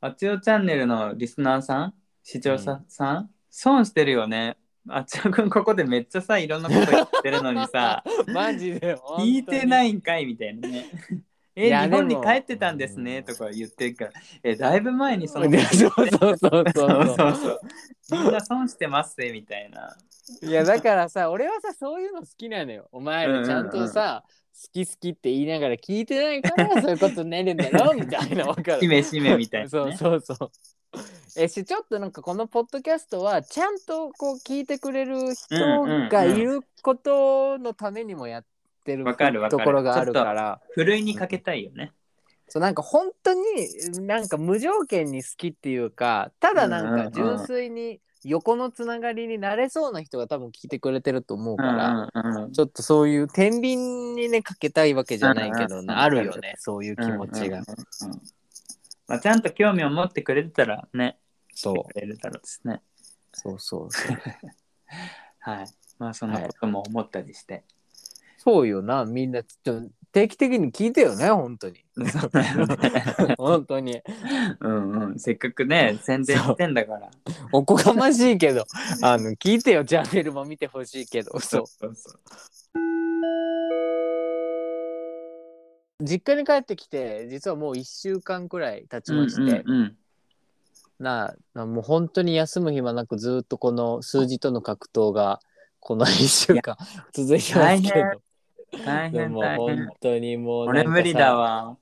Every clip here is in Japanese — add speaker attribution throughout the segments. Speaker 1: あつよチャンネルのリスナーさん視聴者さん、損してるよね。あっちよくんここでめっちゃさいろんなこと言ってるのに さ
Speaker 2: マジで
Speaker 1: 聞いてないいんかいみたいな ね。
Speaker 2: い
Speaker 1: え
Speaker 2: や
Speaker 1: 日本に
Speaker 2: でも
Speaker 1: 帰ってたんですねとか言ってるからえだいぶ前にそ
Speaker 2: そう
Speaker 1: の
Speaker 2: そうそうそう
Speaker 1: そ
Speaker 2: そうう
Speaker 1: そうそう。みんな損してますぜみたいな。
Speaker 2: いやだからさ俺はさそういうの好きなのよお前らちゃんとさ、好き好きって言いながら聞いてな いからそういうことになるんだろみたいなわか
Speaker 1: し
Speaker 2: る
Speaker 1: めしめみたいな、ね。
Speaker 2: そうそうそうえしちょっとなんかこのポッドキャストはちゃんとこう聞いてくれる人がいることのためにもやってる
Speaker 1: わかるわか
Speaker 2: と
Speaker 1: る
Speaker 2: ころがあるから
Speaker 1: ふるいにかけたいよね。
Speaker 2: そうなんか本当になんか無条件に好きっていうかただ
Speaker 1: うんうん
Speaker 2: な
Speaker 1: うんん
Speaker 2: か純粋に横のつながりになれそうな人が多分聞いてくれてると思う
Speaker 1: う
Speaker 2: か
Speaker 1: ん
Speaker 2: ら、
Speaker 1: うんうん
Speaker 2: ちょっとそういう天秤にねかけたいわけじゃないけど
Speaker 1: うんうん
Speaker 2: ね、
Speaker 1: うん
Speaker 2: あるよねそういう気持ちが、
Speaker 1: うんうんうんうんまあ、ちゃんと興味を持ってくれてたらね、
Speaker 2: そう
Speaker 1: くれるだろうですね。
Speaker 2: そうそう そう
Speaker 1: はい。まあそんなことも思ったりして。
Speaker 2: そうよなみんなちょっと定期的に聞いてよね本 当に
Speaker 1: そうだよね
Speaker 2: 本当に
Speaker 1: うんうん。せっかくね、宣伝してんだから。
Speaker 2: おこがましいけどあの聞いてよチャンネルも見てほしいけどそう
Speaker 1: そうそう。
Speaker 2: 実家に帰ってきて実はもう1週間くらい経ちまして、
Speaker 1: うんうん
Speaker 2: ななもう本当に休む暇なくずっとこの数字との格闘がこの1週 間続いてますけど。
Speaker 1: うん大
Speaker 2: で
Speaker 1: 変
Speaker 2: も
Speaker 1: 大変
Speaker 2: 本。当にもうな
Speaker 1: 俺
Speaker 2: んかさ
Speaker 1: 無理だわ。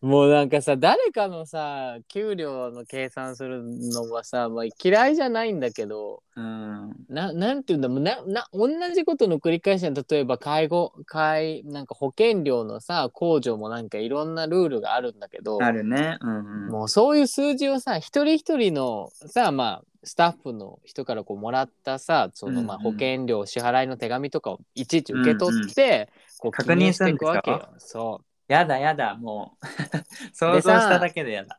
Speaker 2: もうなんかさ誰かのさ給料の計算するのはさ、まあ、嫌いじゃないんだけど
Speaker 1: うん。
Speaker 2: ななんていうんだもうなな同じことの繰り返しな例えば介護介なんか保険料のさ控除もなんかいろんなルールがあるんだけど
Speaker 1: あるね。うんうん。
Speaker 2: もうそういう数字をさ一人一人のさまあスタッフの人からこうもらったさそのまあ
Speaker 1: うんう
Speaker 2: 保
Speaker 1: ん
Speaker 2: 険料支払いの手紙とかをいちいち受け取って、こう
Speaker 1: 確認
Speaker 2: 記入していくわけよ。そう
Speaker 1: やだやだ、もう。 想像しただけでやだ。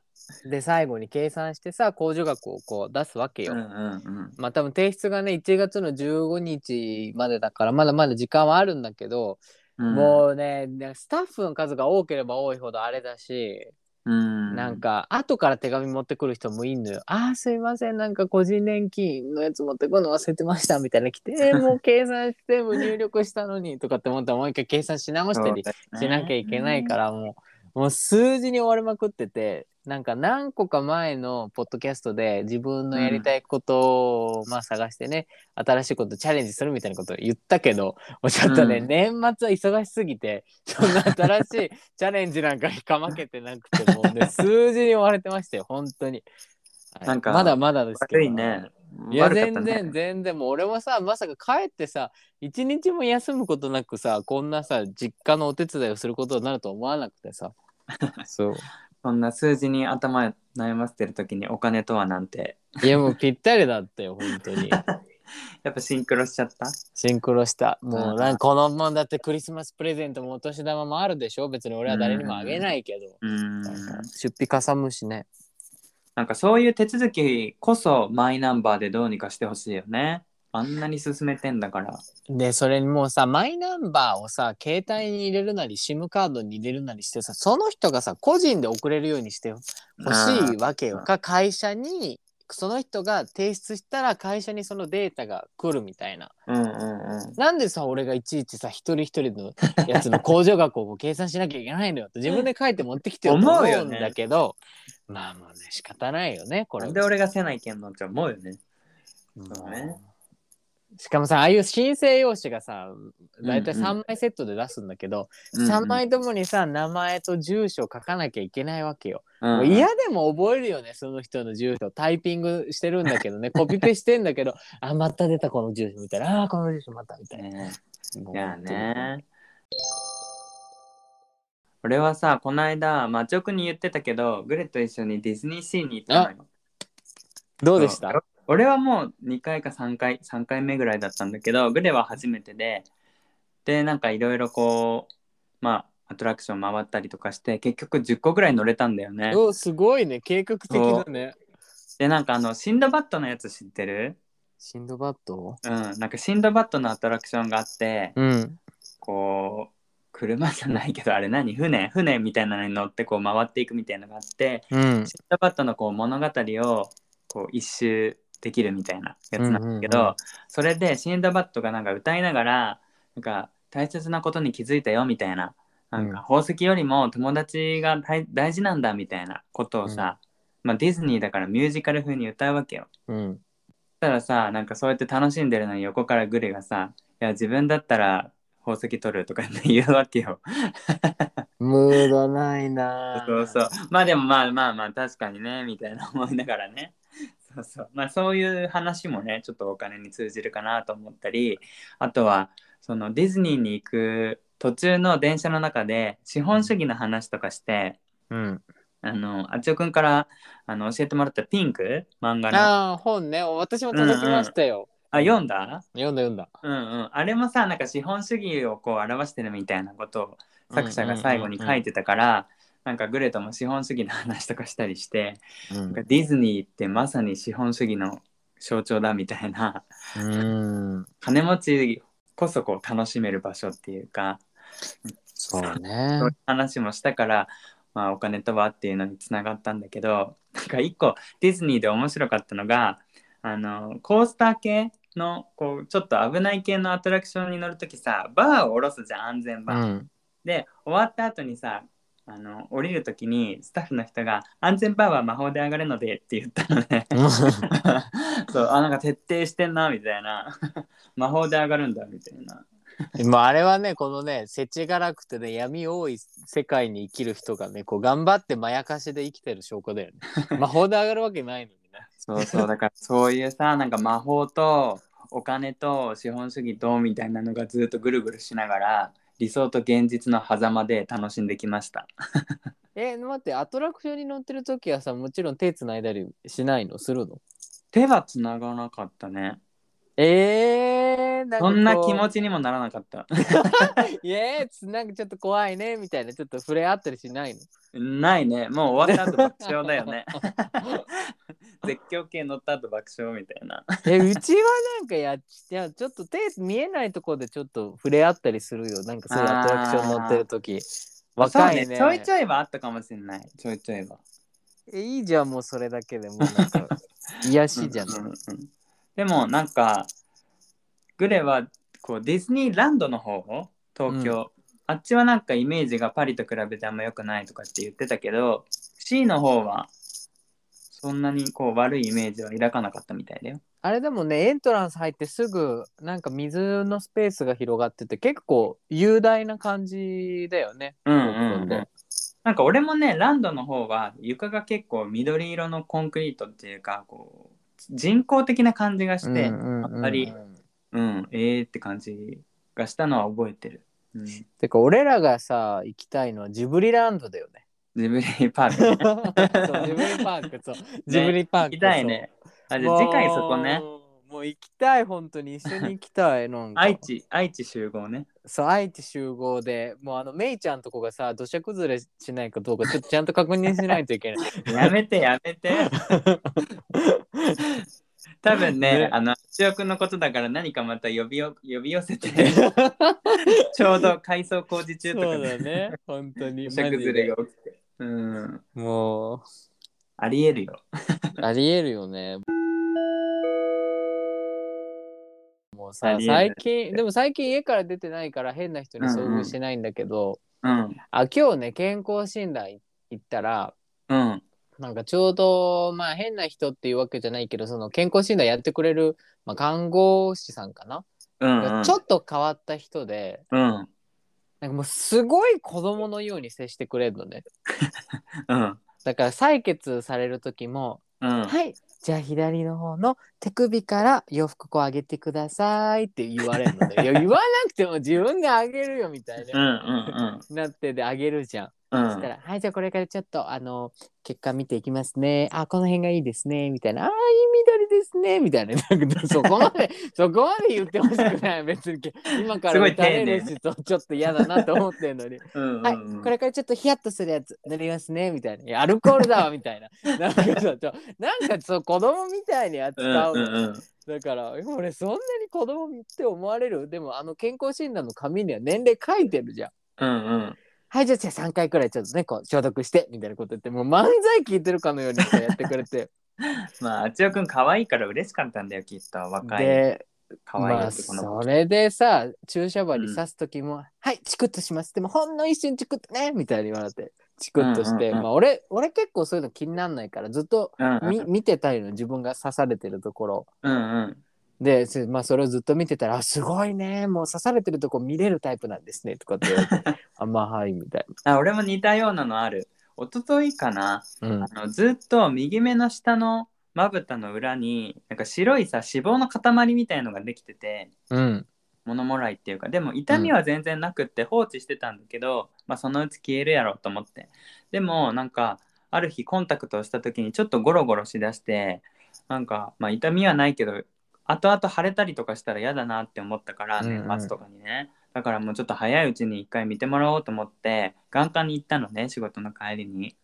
Speaker 2: で最後に計算してさ控除額をこう出すわけよ。
Speaker 1: うんうん
Speaker 2: まあ多分提出がね1月の15日までだからまだまだ時間はあるんだけど、
Speaker 1: うん。
Speaker 2: もうねねスタッフの数が多ければ多いほどあれだし、
Speaker 1: うん、。
Speaker 2: なんか後から手紙持ってくる人もいんのよ。ああすいませんなんか個人年金のやつ持ってくるの忘れてましたみたいな来てえーもう計算してもう入力したのにとかって思ったらもう一回計算し直したりしなきゃいけないかららもうもう数字に追われまくっててなんか何個か前のポッドキャストで自分のやりたいことをまあ探してね、新しいことチャレンジするみたいなことを言ったけどもうちょっとね、
Speaker 1: うん
Speaker 2: 年末は忙しすぎてそんな新しいチャレンジなんかにかまけてなくてもうね数字に追われてましたよ本当に。はい
Speaker 1: なんか
Speaker 2: まだまだですけど。
Speaker 1: 悪いね。
Speaker 2: いや
Speaker 1: 悪かっ
Speaker 2: 全
Speaker 1: たね
Speaker 2: 然全然もう俺もさまさか帰ってさ一日も休むことなくさこんなさ実家のお手伝いをすることになると思わなく てさそう
Speaker 1: そんな数字に頭悩ませてる時にお金とはなんて
Speaker 2: いやもうぴったりだったよ本当に
Speaker 1: やっぱシンクロしちゃった
Speaker 2: シンクロしたもうなんかこのままだってクリスマスプレゼントもお年玉もあるでしょ別に俺は誰にもあげないけど、
Speaker 1: うん
Speaker 2: なんか出費かさむしね
Speaker 1: なんかそういう手続きこそマイナンバーでどうにかしてほしいよねあんなに進めてんだから
Speaker 2: でそれにもうさマイナンバーをさ携帯に入れるなり SIM カードに入れるなりしてさその人がさ個人で送れるようにしてよ欲しいわけよ
Speaker 1: うん
Speaker 2: か会社にその人が提出したら会社にそのデータが来るみたいな
Speaker 1: うんうんうん
Speaker 2: なんでさ俺がいちいちさ一人一人のやつの控除額を計算しなきゃいけないのよって自分で書いて持ってきてよと
Speaker 1: 思
Speaker 2: 思
Speaker 1: うよね
Speaker 2: うんだけど、まあもうね仕方ないよねこ
Speaker 1: な
Speaker 2: れ
Speaker 1: んで俺がせないけんのって思うよねそうね
Speaker 2: しかもさああいう申請用紙がさ大
Speaker 1: う
Speaker 2: 体
Speaker 1: んうん
Speaker 2: 3枚セットで出すんだけど、3枚ともにさ名前と住所を書かなきゃいけないわけよ。もう嫌でも覚えるよねその人の住所タイピングしてるんだけ どねコピペしてんだけどあまた出たこの住所みたいなあーこの住所またみたいな。
Speaker 1: ね
Speaker 2: もう
Speaker 1: いやね俺はさこの間まあ直に言ってたけどグレと一緒にディズニーシーに行ったのよ
Speaker 2: どうでした
Speaker 1: そう俺はもう2回か3回3回目ぐらいだったんだけどグレは初めてででなんかいろいろこうまあアトラクション回ったりとかして結局10個ぐらい乗れたんだよね
Speaker 2: おすごいね計画的だね。
Speaker 1: でなんかあのシンドバッドのやつ知ってる
Speaker 2: シンドバッド
Speaker 1: うんなんかシンドバッドのアトラクションがあって
Speaker 2: うん。
Speaker 1: こう車じゃないけどあれ何船船みたいなのに乗ってこう回っていくみたいなのがあって
Speaker 2: うん
Speaker 1: シットバットのこう物語をこう一周できるみたいなやつなんだけど、
Speaker 2: うんうんうん
Speaker 1: それでシンドバットがなんか歌いながらなんか大切なことに気づいたよみたいななん
Speaker 2: うん
Speaker 1: か宝石よりも友達が大大事なんだみたいなことをさ、まあ、ディズニーだからミュージカル風に歌うわけよ。
Speaker 2: うん
Speaker 1: そしたらさなんかそうやって楽しんでるのに横からグレがさ「いや自分だったら宝石取る」とかって言うわけよ。
Speaker 2: ムードないな
Speaker 1: そうそう。まあでもまあまあまあ確かにねみたいな思いながらね。 そうそう。まあそういう話もねちょっとお金に通じるかなと思ったりあとはそのディズニーに行く途中の電車の中で資本主義の話とかして
Speaker 2: う、うん、
Speaker 1: あのあちおくんからあの教えてもらったピンク漫画のあ
Speaker 2: ああ本ね私も届きましたよ、
Speaker 1: 読んだ
Speaker 2: 読んだ読んだ
Speaker 1: うんうん、あれもさなんか資本主義をこう表してるみたいなことを作者が最後に書いてたから、なんかグレとも資本主義の話とかしたりして、
Speaker 2: うん
Speaker 1: なんかディズニーってまさに資本主義の象徴だみたいな
Speaker 2: うん
Speaker 1: 金持ちこそこう楽しめる場所っていうか、
Speaker 2: そうね
Speaker 1: そういう話もしたから、まあ、お金とはっていうのにつながったんだけどなんか一個ディズニーで面白かったのがあのコースター系のこうちょっと危ない系のアトラクションに乗るときさバーを下ろすじゃん安全バー。
Speaker 2: ん
Speaker 1: で終わった後にさあの降りるときにスタッフの人が「安全バーは魔法で上がるので」って言ったのね。そうあなんか徹底してんなみたいな 魔法で上がるんだみたいな
Speaker 2: もうあれはねこのねせちがらくてね闇多い世界に生きる人がねこう頑張ってまやかしで生きてる証拠 だよね魔法で上がるわけないのにね
Speaker 1: そうそうだからそういうさなんか魔法とお金と資本主義とみたいなのがずっとぐるぐるしながら理想と現実の狭間で楽しんできました
Speaker 2: え待ってアトラクションに乗ってる時はさもちろん手つないだりしないのするの
Speaker 1: 手はつながなかったね
Speaker 2: えー、なんかこ
Speaker 1: そ
Speaker 2: うん
Speaker 1: な気持ちにもならなかった
Speaker 2: いえつなんかちょっと怖いねみたいなちょっと触れ合ったりしないの
Speaker 1: ないねもう終わった後爆笑だよね 絶叫系乗った後爆笑みたいな
Speaker 2: えうちはなんかやっいやちょっと手見えないところでちょっと触れ合ったりするよなんかそういうアトラクション乗ってる時若いね
Speaker 1: そうちょいちょいはあったかもしれないちょいちょいは
Speaker 2: えいいじゃんもうそれだけでもうなん か癒しじゃん、
Speaker 1: うんうんうんでもなんかグレはこうディズニーランドの方東京、あっちはなんかイメージがパリと比べてあんま良くないとかって言ってたけど C の方はそんなにこう悪いイメージは抱かなかったみたいだよ。
Speaker 2: あれでもねエントランス入ってすぐなんか水のスペースが広がってて結構雄大な感じだよね
Speaker 1: うん
Speaker 2: うんうん
Speaker 1: なんか俺もねランドの方は床が結構緑色のコンクリートっていうかこう人工的な感じがして、
Speaker 2: うんうんうん
Speaker 1: あんまりうん、ええー、って感じがしたのは覚えてる。うん、ジ
Speaker 2: てか俺らがさ行きたいのはジブリランドだ よね
Speaker 1: ブリパーク
Speaker 2: そうジブリパークそうジブリパーク
Speaker 1: 行きたいね。あ、じゃあ次回そこね。
Speaker 2: もう。もう行きたい、本当に一緒に行きたい。なんか
Speaker 1: 愛知、愛知集合ね。
Speaker 2: そう、愛知集合で、もうあの、めいちゃんとこがさ、土砂崩れしないかどうか、ちょっとちゃんと確認しないといけない。
Speaker 1: やめてやめ て。多分ね、
Speaker 2: ね
Speaker 1: あの、強くんのことだから何かまた呼びよ呼び寄せ て、ちょうど改装工事中と
Speaker 2: そ
Speaker 1: か
Speaker 2: うだ
Speaker 1: ね、
Speaker 2: ね、本当 に。
Speaker 1: 土砂
Speaker 2: マジ
Speaker 1: 崩
Speaker 2: で
Speaker 1: れが起きて。うん、
Speaker 2: もう、
Speaker 1: ありえるよ。
Speaker 2: ありえるよね。もう
Speaker 1: あ
Speaker 2: さ、
Speaker 1: りえない
Speaker 2: 最近、でも最近家から出てないから変な人に遭遇しないんだけど、
Speaker 1: うん、
Speaker 2: あ、今日ね、健康診断行ったら、
Speaker 1: うん、
Speaker 2: なんかちょうど、まあ変な人っていうわけじゃないけど、その健康診断やってくれる、まあ、看護師さんかな、
Speaker 1: うん、うん。
Speaker 2: ちょっと変わった人で、
Speaker 1: うん、
Speaker 2: なんかもうすごい子供のように接してくれるのね。
Speaker 1: うん、
Speaker 2: だから採血される時も、
Speaker 1: うん。
Speaker 2: はい、じゃあ左の方の手首から洋服こう上げてくださいって言われる ので、いや言わなくても自分で上げるよみたい
Speaker 1: うん、う
Speaker 2: な。
Speaker 1: ん、
Speaker 2: なってで上げるじゃん。
Speaker 1: うん。
Speaker 2: そしたら「はいじゃあこれからちょっとあの結果見ていきますねあこの辺がいいですね」みたいな「あーいい緑ですね」みたいな なんかそこま でそこまで言ってほしくない別に今か
Speaker 1: す
Speaker 2: ら
Speaker 1: ごい
Speaker 2: 打た
Speaker 1: 丁
Speaker 2: れ
Speaker 1: 寧
Speaker 2: るしとちょっと嫌だなと思ってんのに「
Speaker 1: うん、うん
Speaker 2: はいこれからちょっとヒヤッとするやつ塗りますね」みたいな「いやアルコールだわ」み たいななんかさちょなんかそう子供みたいに
Speaker 1: うん、
Speaker 2: 扱う
Speaker 1: う
Speaker 2: の、
Speaker 1: ん、うん。
Speaker 2: だからえ俺そんなに子供って思われるでもあの健康診断の紙には年齢書いてるじゃん。
Speaker 1: うんうん。
Speaker 2: はい、じゃあじゃあ3回くらいちょっとね、こう消毒して、みたいなこと言って、もう漫才聞いてるかのようにさやってくれ て。
Speaker 1: まあ、あちよくん可愛いから嬉しかったんだよ、きっと。若い。
Speaker 2: で、
Speaker 1: 可愛い
Speaker 2: まあ、
Speaker 1: ってこの子。
Speaker 2: それでさ、注射針刺す時も、はい、チクッとします。でも、ほんの一瞬チクッとね、みたいに言われて、チクッとし
Speaker 1: う
Speaker 2: て、
Speaker 1: んうんうん
Speaker 2: まあ、俺、俺結構そういうの気になんないから、ずっと
Speaker 1: うんうん
Speaker 2: み見てたいの、自分が刺されてるところ。
Speaker 1: うんうん。
Speaker 2: で、すまあ、それをずっと見てたら、あすごいね、もう刺されてるとこ見れるタイプなんですね、とかって言われ て、あ、まあ、はい、みたい
Speaker 1: あ、俺も似たようなのある。一昨日かな。
Speaker 2: な。うん。
Speaker 1: あのずっと右目の下のまぶたの裏になんか白いさ脂肪の塊みたいのができてて
Speaker 2: うん。
Speaker 1: 物もらいっていうかでも痛みは全然なくって放置してたんだけど、まあ、そのうち消えるやろうと思ってでもなんかある日コンタクトをした時にちょっとゴロゴロしだしてなんか、まあ、痛みはないけど後々腫れたりとかしたら嫌だなって思ったから
Speaker 2: うんう
Speaker 1: 年
Speaker 2: ん
Speaker 1: 末とかにね、だからもうちょっと早いうちに一回見てもらおうと思って眼科に行ったのね仕事の帰りに。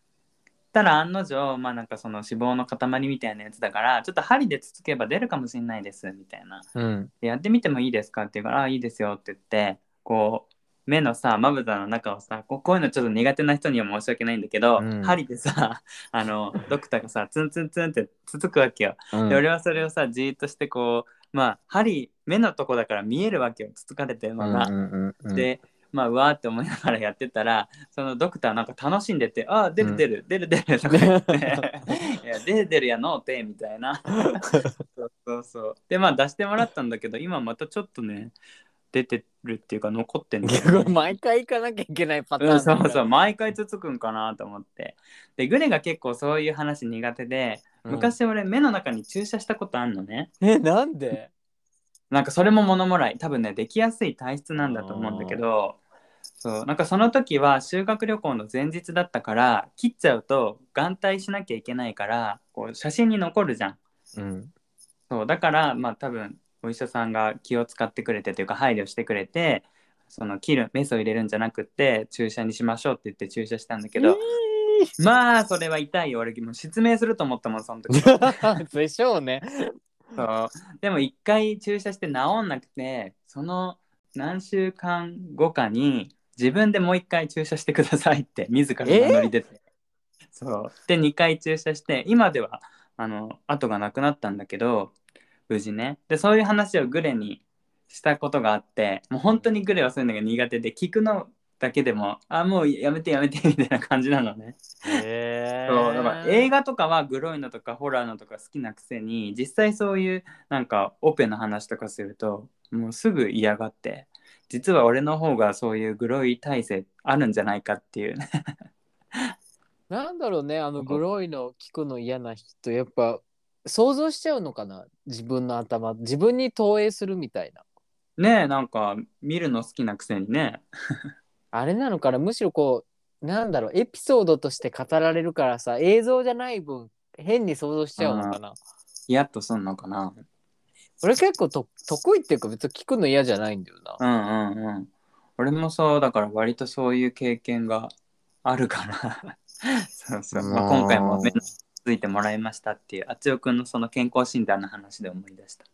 Speaker 1: たら案の定まあなんかその脂肪の塊みたいなやつだからちょっと針でつつけば出るかもしれないですみたいな
Speaker 2: うん。
Speaker 1: でやってみてもいいですかって言うから、あいいですよって言って、こう、目のさ、まぶたの中をさ、こうこういうのちょっと苦手な人には申し訳ないんだけど、
Speaker 2: うん
Speaker 1: 針でさ、あの、ドクターがさ、ツンツンツンってつつくわけよ。
Speaker 2: うん
Speaker 1: で、俺はそれをさ、じーっとしてこう、まあ、針、目のとこだから見えるわけよ、つつかれてるのが。
Speaker 2: うんうんうんうん、
Speaker 1: で、まあ、うわーって思いながらやってたら、そのドクターなんか楽しんでて、あー、出る出る、出る出るとか言って、 いや、出る出るやのうて、みたい な。そうそうそう。で、まあ出してもらったんだけど、今またちょっとね、出てるっていうか、残ってんだ よね
Speaker 2: 毎回行かなきゃいけないパターン
Speaker 1: う、
Speaker 2: なんんだ、
Speaker 1: そうそう、毎回つつくんかなと思って。で、グレが結構そういう話苦手で、
Speaker 2: うん
Speaker 1: 昔俺、目の中に注射したことあんのね。
Speaker 2: えなんで
Speaker 1: なんかそれも物もらい、多分ね、できやすい体質なんだと思うんだけど、そう、なんかその時は修学旅行の前日だったから、切っちゃうと眼帯しなきゃいけないから、こう写真に残るじゃん。
Speaker 2: うん
Speaker 1: そうだからまあ多分お医者さんが気を使ってくれてというか配慮してくれてその切るメスを入れるんじゃなくって注射にしましょうって言って注射したんだけど、まあそれは痛いよ俺もう失明すると思ったもんその時そう
Speaker 2: でしょうね
Speaker 1: でも一回注射して治んなくてその何週間後かに自分でもう一回注射してくださいって 自ら名乗り出て、そうで2回注射して今ではあの後がなくなったんだけど無事ねでそういう話をグレにしたことがあってもう本当にグレはそういうのが苦手で聞くのだけでもあもうやめてやめてみたいな感じなのね、
Speaker 2: え
Speaker 1: そうだから映画とかはグロいのとかホラーのとか好きなくせに実際そういうなんかオペの話とかするともうすぐ嫌がって実は俺の方がそういうグロい体制あるんじゃないかっていう ね
Speaker 2: なんだろうねあのグロいの聞くの嫌な人やっぱ想像しちゃうのかな自分の頭自分に投影するみたいな
Speaker 1: ねえなんか見るの好きなくせにね
Speaker 2: あれなのかなむしろこうなんだろうエピソードとして語られるからさ映像じゃない分変に想像しちゃうのかな
Speaker 1: やっとすんのかな
Speaker 2: 俺結構と得意っていうか別に聞くの嫌じゃないんだよな
Speaker 1: うんうんうん。俺もそうだから割とそういう経験があるから。 そうそう。まあ、今回も目についてもらいましたっていう、あつよくんのその健康診断の話で思い出した。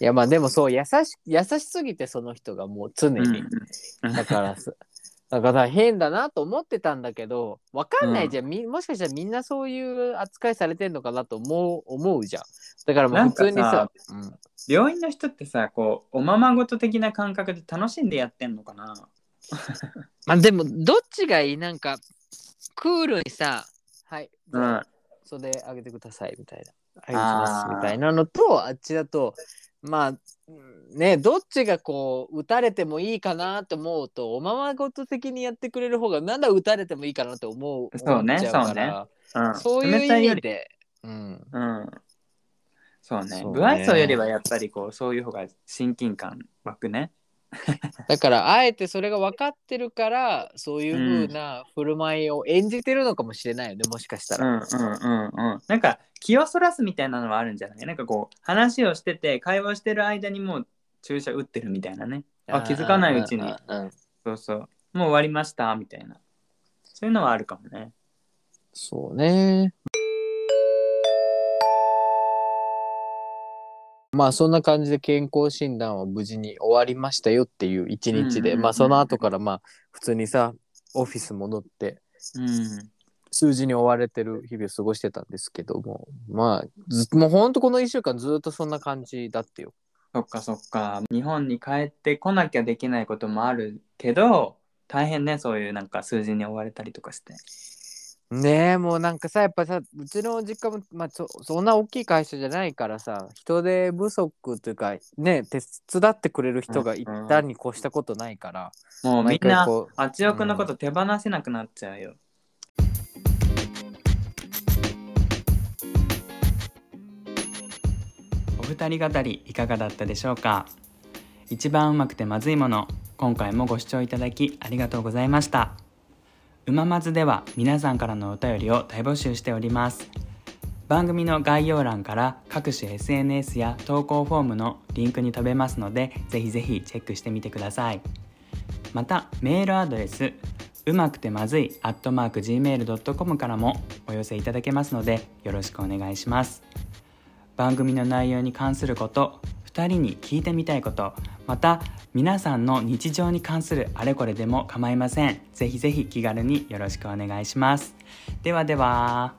Speaker 2: いやまあでもそう優し優しすぎてその人がもう常に、
Speaker 1: うんうん
Speaker 2: だからすだから変だなと思ってたんだけどわかんないじゃん、みもしかしたらみんなそういう扱いされてんのかなと思う思うじゃんだからもう
Speaker 1: なん
Speaker 2: 普
Speaker 1: かさ
Speaker 2: 通にさうん
Speaker 1: 病院の人ってさ、こう、おままごと的な感覚で楽しんでやってんのかな
Speaker 2: まあでもどっちがいいなんかクールにさはい、
Speaker 1: うん。
Speaker 2: 袖あげてくださいみたいなあげて
Speaker 1: あー
Speaker 2: ますみたいなのとあっちだとまあうんねどっちがこう打たれてもいいかなと思うとおままごと的にやってくれる方がなんだ打たれてもいいかなと思う
Speaker 1: そうね
Speaker 2: 思っちゃから
Speaker 1: うん、
Speaker 2: そう
Speaker 1: 冷
Speaker 2: い
Speaker 1: た
Speaker 2: う
Speaker 1: い
Speaker 2: 意
Speaker 1: よ
Speaker 2: 味
Speaker 1: り。
Speaker 2: で、うん、
Speaker 1: うん。そうね。
Speaker 2: そうね
Speaker 1: 不愛想よりはやっぱりこう、そういう方が親近感湧くね。
Speaker 2: だからあえてそれが分かってるからそういう風な振る舞いを演じてるのかもしれないよねもしかした
Speaker 1: う
Speaker 2: ら。
Speaker 1: んうんうんうん。なんか気をそらすみたいなのはあるんじゃないなんかこう話をしてて会話してる間にもう注射打ってるみたいなね。あ気づかないうちに。
Speaker 2: んうん
Speaker 1: そうそう。もう終わりましたみたいな。そういうのはあるかもね。
Speaker 2: そうね。まあそんな感じで健康診断を無事に終わりましたよっていう一日
Speaker 1: うんうんうんう
Speaker 2: で、
Speaker 1: ん
Speaker 2: まあその後からまあ普通にさ、オフィス戻って、
Speaker 1: うん。
Speaker 2: 数字に追われてる日々を過ごしてたんですけども、まあずもうほんとこの1週間ずっとそんな感じだってよ。
Speaker 1: そっかそっか。日本に帰ってこなきゃできないこともあるけど、大変ね、そういうなんか数字に追われたりとかして。
Speaker 2: ねえもうなんかさやっぱさうちの実家も、まあ、そそんな大きい会社じゃないからさ人手不足というかね手伝ってくれる人がい
Speaker 1: うんうん
Speaker 2: たに越したことないから、
Speaker 1: もうみ
Speaker 2: 毎
Speaker 1: ん
Speaker 2: 回
Speaker 1: な、
Speaker 2: こう
Speaker 1: あちおくんのこと手放せなくなっちゃうよ。お二人語りいかがだったでしょうか一番うまくてまずいもの今回もご視聴いただきありがとうございましたうままずでは皆さんからのお便りを大募集しております番組の概要欄から各種 SNS や投稿フォームのリンクに飛べますのでぜひぜひチェックしてみてくださいまたメールアドレスうまくてまずい gmail.com からもお寄せいただけますのでよろしくお願いします番組の内容に関すること2人に聞いてみたいことまた皆さんの日常に関するあれこれでも構いませんぜひぜひ気軽によろしくお願いしますではでは